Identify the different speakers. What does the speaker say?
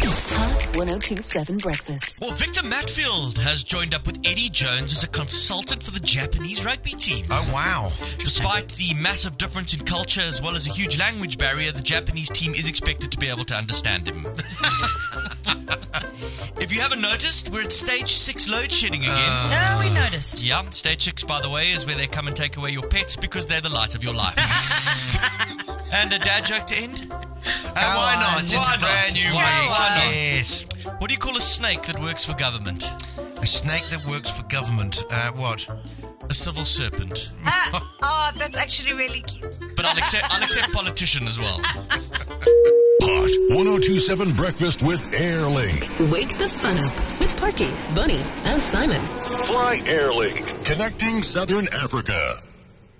Speaker 1: 1027 Breakfast.
Speaker 2: Well, Victor Matfield has joined up with Eddie Jones as a consultant for the Japanese rugby team.
Speaker 3: Oh, wow.
Speaker 2: Despite the massive difference in culture as well as a huge language barrier, the Japanese team is expected to be able to understand him. if you haven't noticed, we're at stage six load shedding again.
Speaker 4: No, we noticed.
Speaker 2: yeah, stage six, by the way, is where they come and take away your pets because they're the light of your life. and a dad joke to end?
Speaker 3: And Uh, why
Speaker 2: on,
Speaker 3: not? It's
Speaker 2: why
Speaker 3: a brand
Speaker 2: not?
Speaker 3: new
Speaker 2: Why
Speaker 3: week.
Speaker 2: not?
Speaker 3: Yes.
Speaker 2: What do you call a snake that works for government?
Speaker 3: A snake that works for government. Uh, what?
Speaker 2: A civil serpent.
Speaker 4: Ah, oh, that's actually really cute.
Speaker 2: But I'll accept, I'll accept politician as well.
Speaker 5: Hot 1027 Breakfast with Airlink.
Speaker 1: Wake the fun up with Parky, Bunny, and Simon.
Speaker 5: Fly Airlink, connecting Southern Africa.